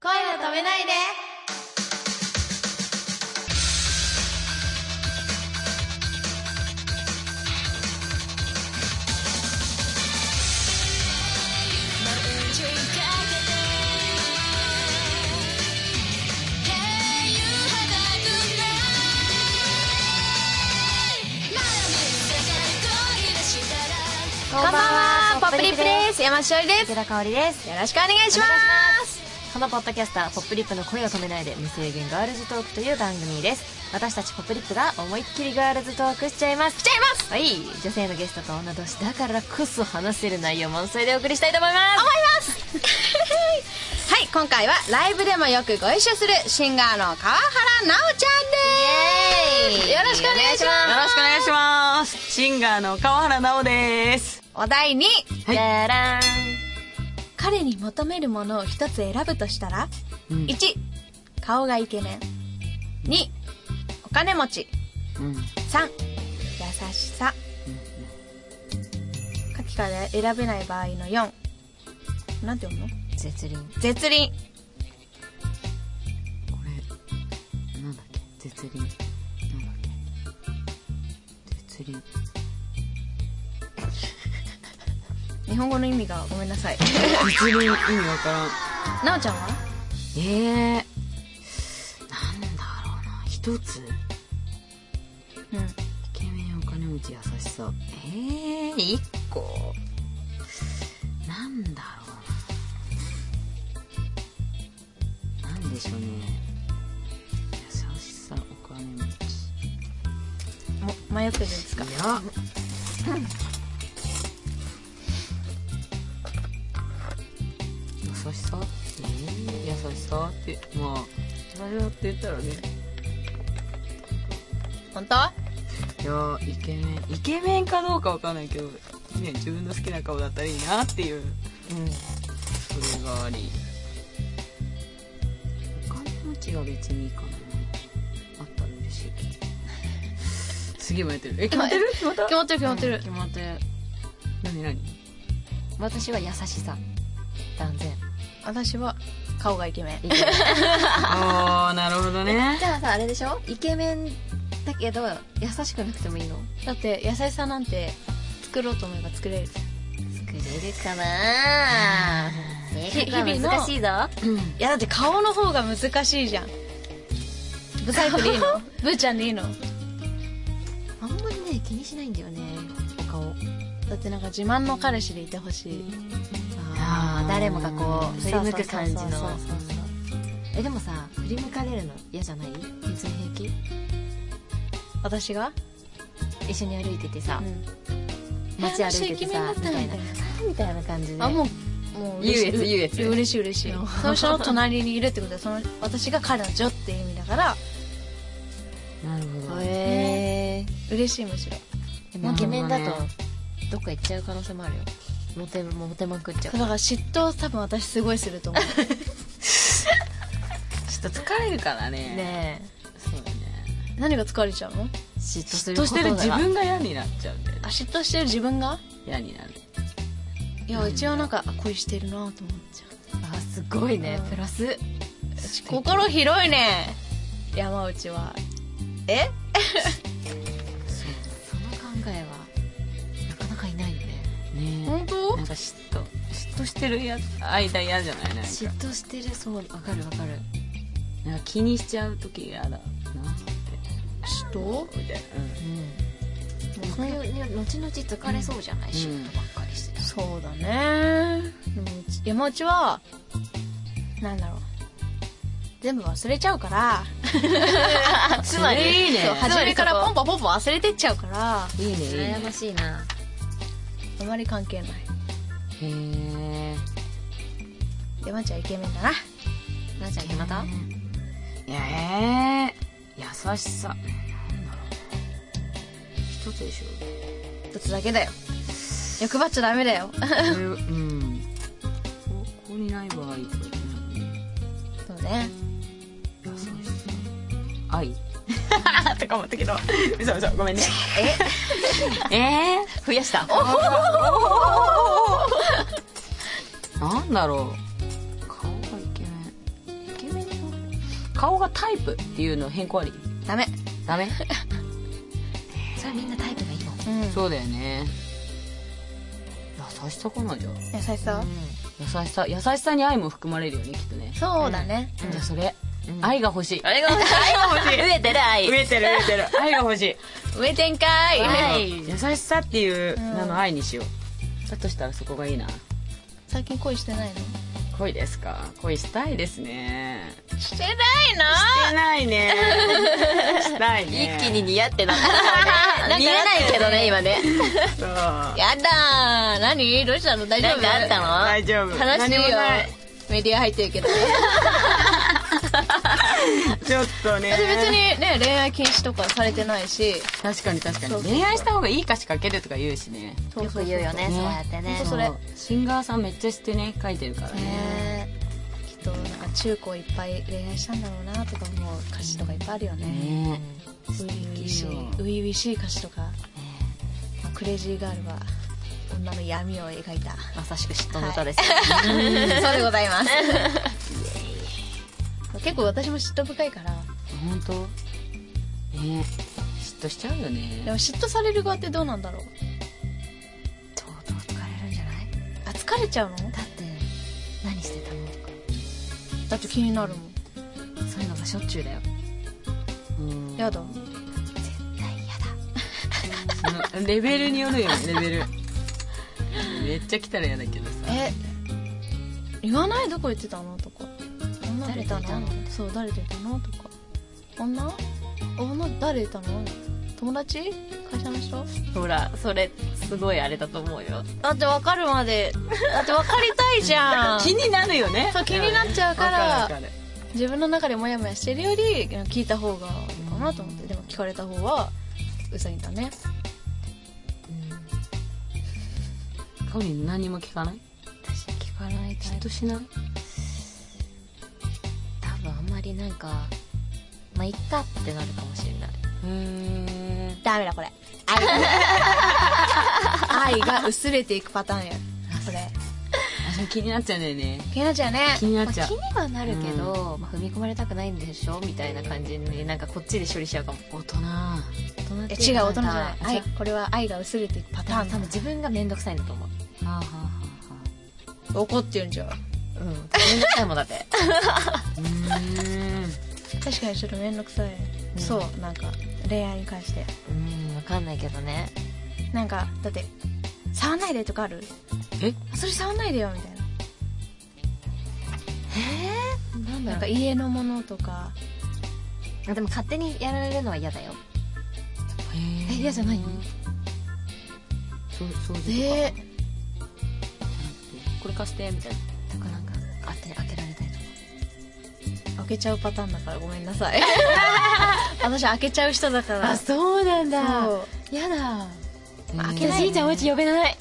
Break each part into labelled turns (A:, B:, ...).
A: 恋を止めないでこんばんはポップリップです山下りです
B: 池田香織です
A: よろしくお願いしま
B: お願いしますこのポッドキャスター「ポップリップの恋を止めないで無制限ガールズトーク」という番組です私たちポップリップが思いっきりガールズトークしちゃいます
A: 来ちゃいます
B: はい女性のゲストと女同士だからこそ話せる内容満載でお送りしたいと思います
A: 思いますはい今回はライブでもよくご一緒するシンガーの川原奈緒ちゃんで
B: イ
A: す
B: エーイ
A: よろしくお願いし
C: よ
A: ま
C: ろ
A: す
C: しくお願いします。シンガーの川原奈緒です。
A: お題に
B: じゃらーん
A: 彼に求めるものを一つ選ぶとしたら、
C: うん
A: 1顔がイケメン2お金持ち3優しさ書きから選べない場合の4なんて読むの
B: 絶倫
A: 絶倫
C: これ、なんだっけ絶倫。なんだっけ絶倫。
A: 日本語の意味がごめんなさい
C: 絶倫意味わからん。
A: なおちゃんは
C: ええなんだろうな。一つイ
A: うん
C: ケメン、お金持ち、優しさ。ええ一個。なんだろうな。なんでしょうね。優しさ、お金持ち。
A: も迷ってるんですか
C: いや優しさえー優しさってまあ優しさって言ったらね
A: 本当
C: いやーイケメンイケメンかどうかわかんないけどね自分の好きな顔だったらいいなってい
B: う
C: う
B: ん
C: それがありお金持ちは別にいいかなあったら嬉しいけどすげえ迷ってるえ決まってるまた
A: 決まってる決まってる
C: 決まってる何何
B: 私は優しさ断然
A: 私は顔がイケメン
B: イケメン
C: ああなるほどね
B: じゃあさあれでしょイケメンだけど優しくなくてもいいの
A: だって優しさなんて作ろうと思えば作れる
B: 作れるかな性格は
A: 日々の
B: 難しいぞ
A: いやだって顔の方が難しいじゃんブサイクでいいの ブーちゃんでいいの
B: あんまりね気にしないんだよねお顔
A: だってなんか自慢の彼氏でいてほしい
B: あ
C: あ
B: ー
C: ー
B: 誰もがこう振り向く感じの
A: そうそうそうそう
B: えでもさ振り向かれるの嫌じゃない別に平
A: 私が、
B: 気一緒に歩いててさ、
A: う
B: 街歩いててさみ
A: あの人イケメンだった
B: た
A: みた
B: い
A: い
B: な
A: な
B: みたいな感じで
A: ん、あもうもう嬉しい
C: 優越優越
A: 嬉しい嬉しいその人の隣にいるってことはその私が彼女っていう意味だから
C: なるほど
B: へえ
A: 嬉しいむしろ
B: でもイケメンだと
C: なるほど
B: どっか行っちゃう可能性もあるよモテモテまくっちゃう
A: だから嫉妬多分私すごいすると 思う
C: ちょっと疲れるからね
B: ね
C: そうだね
A: 何が疲れちゃうの
B: え嫉妬す
C: 嫉
B: るこ
C: 妬
B: と
C: し
B: が
C: てる自分が嫌になっちゃうんだよね
A: あ嫉妬してる自分が
C: 嫌になる
A: いや一応なんかあ恋してるなと思っちゃ
B: あすごいね
A: うん
B: プラス
A: う心広いね山内はえ
B: その考えはなかなかいないよね
C: ね
A: 本当
C: なんか嫉妬嫉妬してるや間嫌じゃないなんか
B: 嫉妬してるそうわかるわかる
C: なんか気にしちゃう時嫌だなって
A: 嫉妬
C: みたいな
B: うんそれに後々疲れそうじゃない、
C: ん
B: 仕事ばっかりしてたら
A: そうだねでもうち山内はなんだろう全部忘れちゃう から
B: あつまり
C: それいいね
A: そう初めからポン
B: ポ
A: ポンポンポン忘れてっちゃうから
C: うんいいねいいね
B: 羨ましいな
A: あまり関係ない
C: へえ
A: 山内はイケメンだな
B: なちゃんまた
C: いやえー優しさなんだろう一つで しょ
A: 一つだけだよ欲張っちゃダメだよ
C: これうんここにない場合と
A: そうね
C: 優しさ愛 とか思ったけど嘘嘘ごめんねえ え
B: 増やした
C: ー、なんだろう顔がイケメン顔がタイプっていうの変更あり
A: ダメ
C: ダ メ、
B: それみんなタイプがいいもん
A: うん
C: そうだよね優しさかなじゃあ
A: 優しさ
C: 優しさ優しさに愛も含まれるよねきっとね、
A: そうだね
C: じゃあそれ、
B: うん
C: 愛が欲しい
B: あれが欲しい
C: 愛が欲しい
B: 飢えてる愛
C: 植えてる植えてる 愛が欲しい
A: 上展開
B: はい
C: 優しさっていう
A: うん
C: 名の愛にしようだとしたらそこがいいな
A: 最近恋してないの
C: 恋ですか恋したいですね
A: してない
C: してないねしたいね
B: 一気に似合ってなかったね見えないけどね今ね
C: そう
A: やだー何どうしたの大丈
B: な
A: 夫
B: んかあったの
C: 大丈夫
A: 悲しい
C: 何
A: よ
C: もない
A: メディア入ってるけど
C: ちょっとね
A: 私別にね恋愛禁止とかされてないし
C: 確かに確か
A: そう
C: に
A: そう
C: 恋愛した方がいい歌詞書けるとか言うしね
A: そう
B: よ
A: そ
B: く
A: うそう
B: 言うよねそう
C: ね
B: やってね
A: ほんとそれ
C: うシンガーさんめっちゃしてね書いてるからね
A: ねえきっとなんか中高いっぱい恋愛したんだろうなとかもう歌詞とかいっぱいあるよね
C: ね
A: 初々、しい
C: 素敵よ
A: 初々しい歌詞とか、まあクレイジーガールは女の闇を描いた
B: まさしく嫉妬の歌ですよ
A: そうでございます結構私も嫉妬深いから
C: 本当ね嫉妬しちゃうよ
A: で
C: ね
A: も嫉妬される側ってどうなんだろう
B: 相当疲れるんじゃない
A: あ疲れちゃうの
B: だって何してたのとか
A: だって気になるもん
B: そういうのがしょっちゅうだよ
C: うん
A: やだ
B: 絶対嫌だ
C: そのレベルによるよね レベルめっちゃ来たら嫌だけどさ
A: え言わないどこ行ってたのとか女
B: 誰といたの
A: そう誰といたのとか女女誰いたの友達会社の人
B: ほらそれすごいあれだと思うよ
A: だって分かるまでだって分かりたいじゃん
C: 気になるよね
A: そう気になっちゃうか
C: わ
A: ら
C: かるわかる
A: 自分の中でモヤモヤしてるより聞いた方がいいかなと思ってでも聞かれた方はうさぎだね
C: かおりん何も聞かない
B: 私聞かないタイ
C: 嫉
B: プ
C: 妬しない
B: 多分あんまりなんかまあいっかってなるかもしれない
C: へ
A: ダメだこれ 愛愛が薄れていくパターンやこれ
C: え気になっちゃうんだよね
A: 気になっちゃうね
C: 気になっち
B: まあ
C: ゃう
B: 気にはなるけど、まあ、踏み込まれたくないんでしょみたいな感じになんかこっちで処理しちゃうかも
C: 大人
B: 大人って
A: え
B: い
A: 違う大人じゃ
B: か
A: ない愛
B: 違う
A: これは愛が薄れていくパターン
B: 多分自分がめんどくさいんだと思う
C: はあはあは
A: 怒ってるんじゃん
B: うんめんどくさいもんだって
C: あはあうーん
A: 確かにちょっと面倒くさい、
B: うん
A: そうなんか恋愛に関して
B: うんわかんないけどね
A: なんかだって触んないでとかある
C: え
A: あそれ触んないでよみたいな
B: なん
A: なんか家のものとか
B: あでも勝手にやられるのは嫌だよえ
C: え
B: 嫌じゃない
C: そうそうとか、
A: え
C: これ貸してみたいな
B: とかなんか勝手に当てられたりとか
A: ー、開けちゃうパターンだからごめんなさい私開けちゃう人だからそ
B: そうなん
A: う
B: 嫌だ
A: まあ開
C: え
A: けない
B: じいちゃんおうち呼べない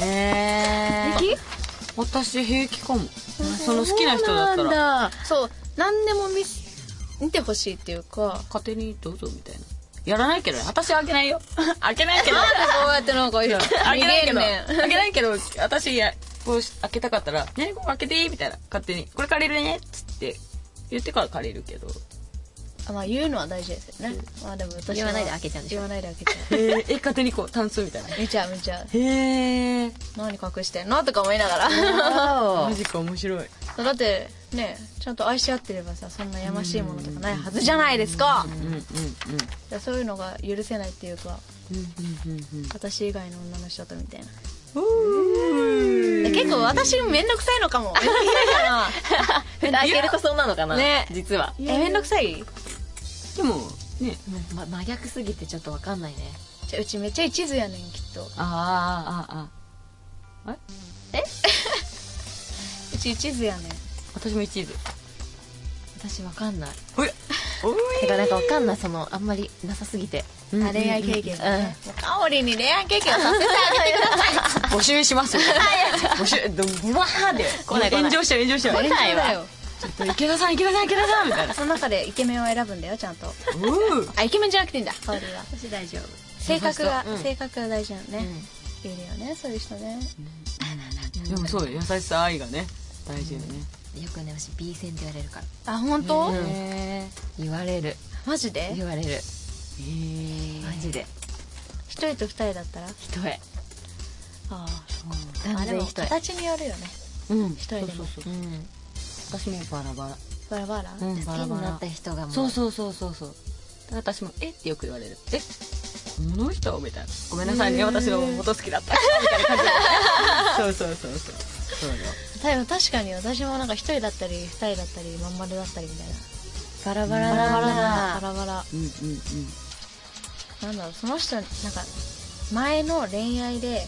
C: ーえー、
A: 平気
C: 私平気かもその好きな人だった
B: そう
C: ら
B: なんだ
A: そう何でも見せ見てほしいっていうか
C: 勝手にどうぞみたいなやらないけどね私開けないよ開けないけど
A: こうやってなんか逃げ
C: 開けないけ
A: る
C: ど
A: ね
C: 開けないけど私やこうし開けたかったら「ねここ開けていい?」みたいな勝手に「これ借りるね」っつって言ってから借りるけど
A: あまあ言うのは大事ですよねまあでも私は
B: 言わないで開けちゃうんでしょ
A: 言わないで開けちゃう
C: ええ勝手にこう単数みたいな
A: 見ちゃう見ちゃう
C: へえ
A: 何隠してんのとか思いながら
C: マジか面白い
A: だってねちゃんと愛し合ってればさそんなやましいものとかないはずじゃないですか
C: うんうんうん
A: でそういうのが許せないっていうか
C: うんうんうん
A: 私以外の女の人とみたいな
C: うん
A: で結構私めんどく さいのかも
B: 蓋開けるとそうなのかな
A: ね
B: 実は
A: えめんどくさい
C: でもね
B: ま真逆すぎてちょっとわかんないね
A: じゃうちめっちゃ一途やねんきっと
C: あああああ
A: うち一途やねん
C: 私も一途
B: 私わかんない
C: おいお
B: てかなんかわかんないそのあんまりなさすぎて
A: あ恋愛経験がね、もうかおりに恋愛経験をさせてあげてください
C: 募集します募集どブワーで
B: 来ない来ない
C: 炎上しちゃう炎上しちゃう
B: 来ないわ
A: だよ
C: ちょっと池田さん池田さん池田さんみたいな
A: その中でイケメンを選ぶんだよちゃんと
C: うう
A: あイケメンじゃなくていいんだかおりは
B: 私大丈夫
A: 性格が、
C: うん
A: 性格が大事なのね、
B: う
A: いるよねそういう人ね
C: でもそうよ優しさ愛がね大事よね
B: よくね私 B 線って言われるから
A: あ本当、
B: うん
C: へ
B: 言われる
A: マジで
B: 言われる
C: え
B: マジで
A: 一人と二人だったら
B: 一重
A: ああ
B: 断
A: あで
B: 然
A: も
B: 一重
A: 形によるよね
C: うん
A: 一人でも
C: そうそうそう
B: うん
C: 私もバラバラ
A: バラバラ、
C: うん
B: 好き
C: バラバラ
B: になった人がもう
C: そうそうそうそうそう私も「えっ?」てよく言われる「えこの人?」みたいな「ごめんなさいね、
A: へー
C: 私の元好きだった」みたいな感じだねそうそうそうそうそうよ
A: でも確かに私もなんか一人だったり二人だったりまん丸だったりみたいな
B: バラバラ
A: バ
B: だ
A: ラバラ
B: な
A: だバラバラ
C: うんうんうん
A: なんだろうその人なんか前の恋愛で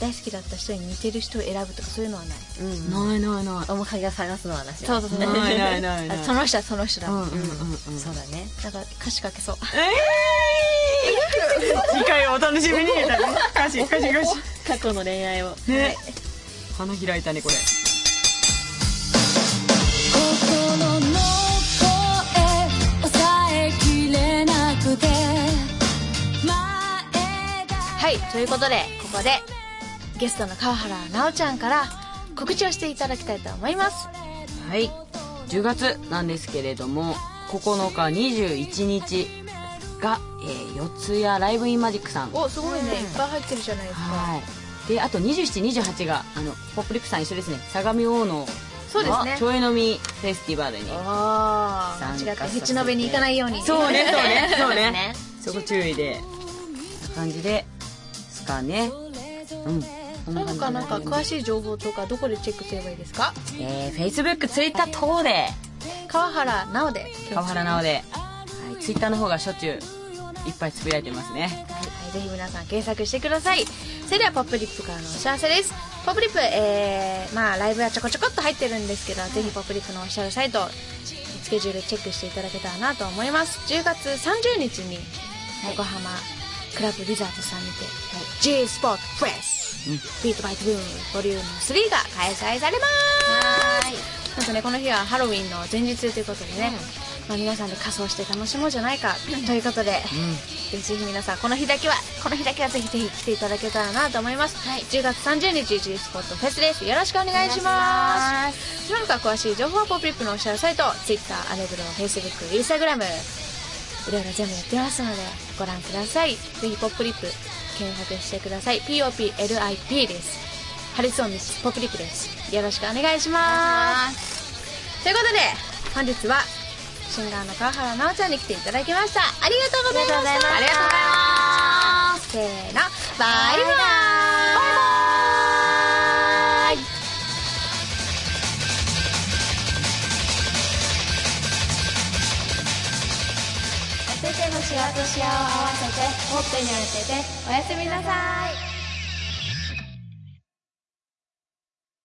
A: 大好きだった人に似てる人を選ぶとかそういうのはない
B: うん
C: ないないない
B: 面影を探すのはなしだ
A: そうそうそう
C: ないないないない
A: あその人はその人だ、
C: うんうんうんうん
B: そうだね
A: なんか歌詞書けそう
C: 次回をお楽しみにみたいな歌詞歌詞歌詞
B: 過去の恋愛を
C: ね花開いたねこれ
D: 心の声抑えきれなくて前だ
A: はいということでここでゲストの川原奈緒ちゃんから告知をしていただきたいと思います
C: はい10月なんですけれども9日21日が、えー、四谷ライブインマジックさん
A: おすごいねいっぱい入ってるじゃないですか
C: はいであと2728があのポップリップさん一緒ですね相模大野
A: そうですね
C: ちょい飲みフェスティバルに
A: ああ
C: 参
A: 間違
C: 加
A: って
C: させて
A: ヘチのべに行かないように
C: そうねそうねそう
B: そうです
C: ね
B: ね
C: そこ注意でこんな感じですかねうんそ
A: そうか なんか詳
C: い
A: しい情報とかどこでチェックすればいいですか
C: えー、Facebook、Twitter 等で
A: 川原奈緒で
C: 川原直で、はい、Twitter の方がしょっちゅういっぱいつぶやいてますね
A: はい、ぜひ皆さん検索してくださいそれではポップリップからのお知らせですポップリップ、えー、まあライブはちょこちょこっと入ってるんですけどぜひポップリップのおっしゃるサイトスケジュールチェックしていただけたらなと思います10月30日に横浜クラブリザードさんにて、G スポーツプレス、ビートバイトブームボリューム3が開催されますはいなんとねこの日はハロウィンの前日ということでね、まあ、皆さんで仮装して楽しもうじゃないかということで、ぜひぜひ皆さんこの日だけはこの日だけはぜひぜひ来ていただけたらなと思います、10月30日 G スポットフェスですよろしくお願いしますその他詳しい情報はポップリップのおっしゃるサイト Twitter アレブロ Facebook インスタグラムいろいろ全部やってますのでご覧くださいぜひポップリップ検索してください POPLIP ですハリソンですポップリップですよろしくお願いしますということで本日はシンガーの川原奈緒ちゃんに来ていただきましたありがとうございました
B: ありがとうございました
A: ますせーのバイバイバイバイ
D: お手手のシワとシワを合わせてほっぺに当てておやすみなさい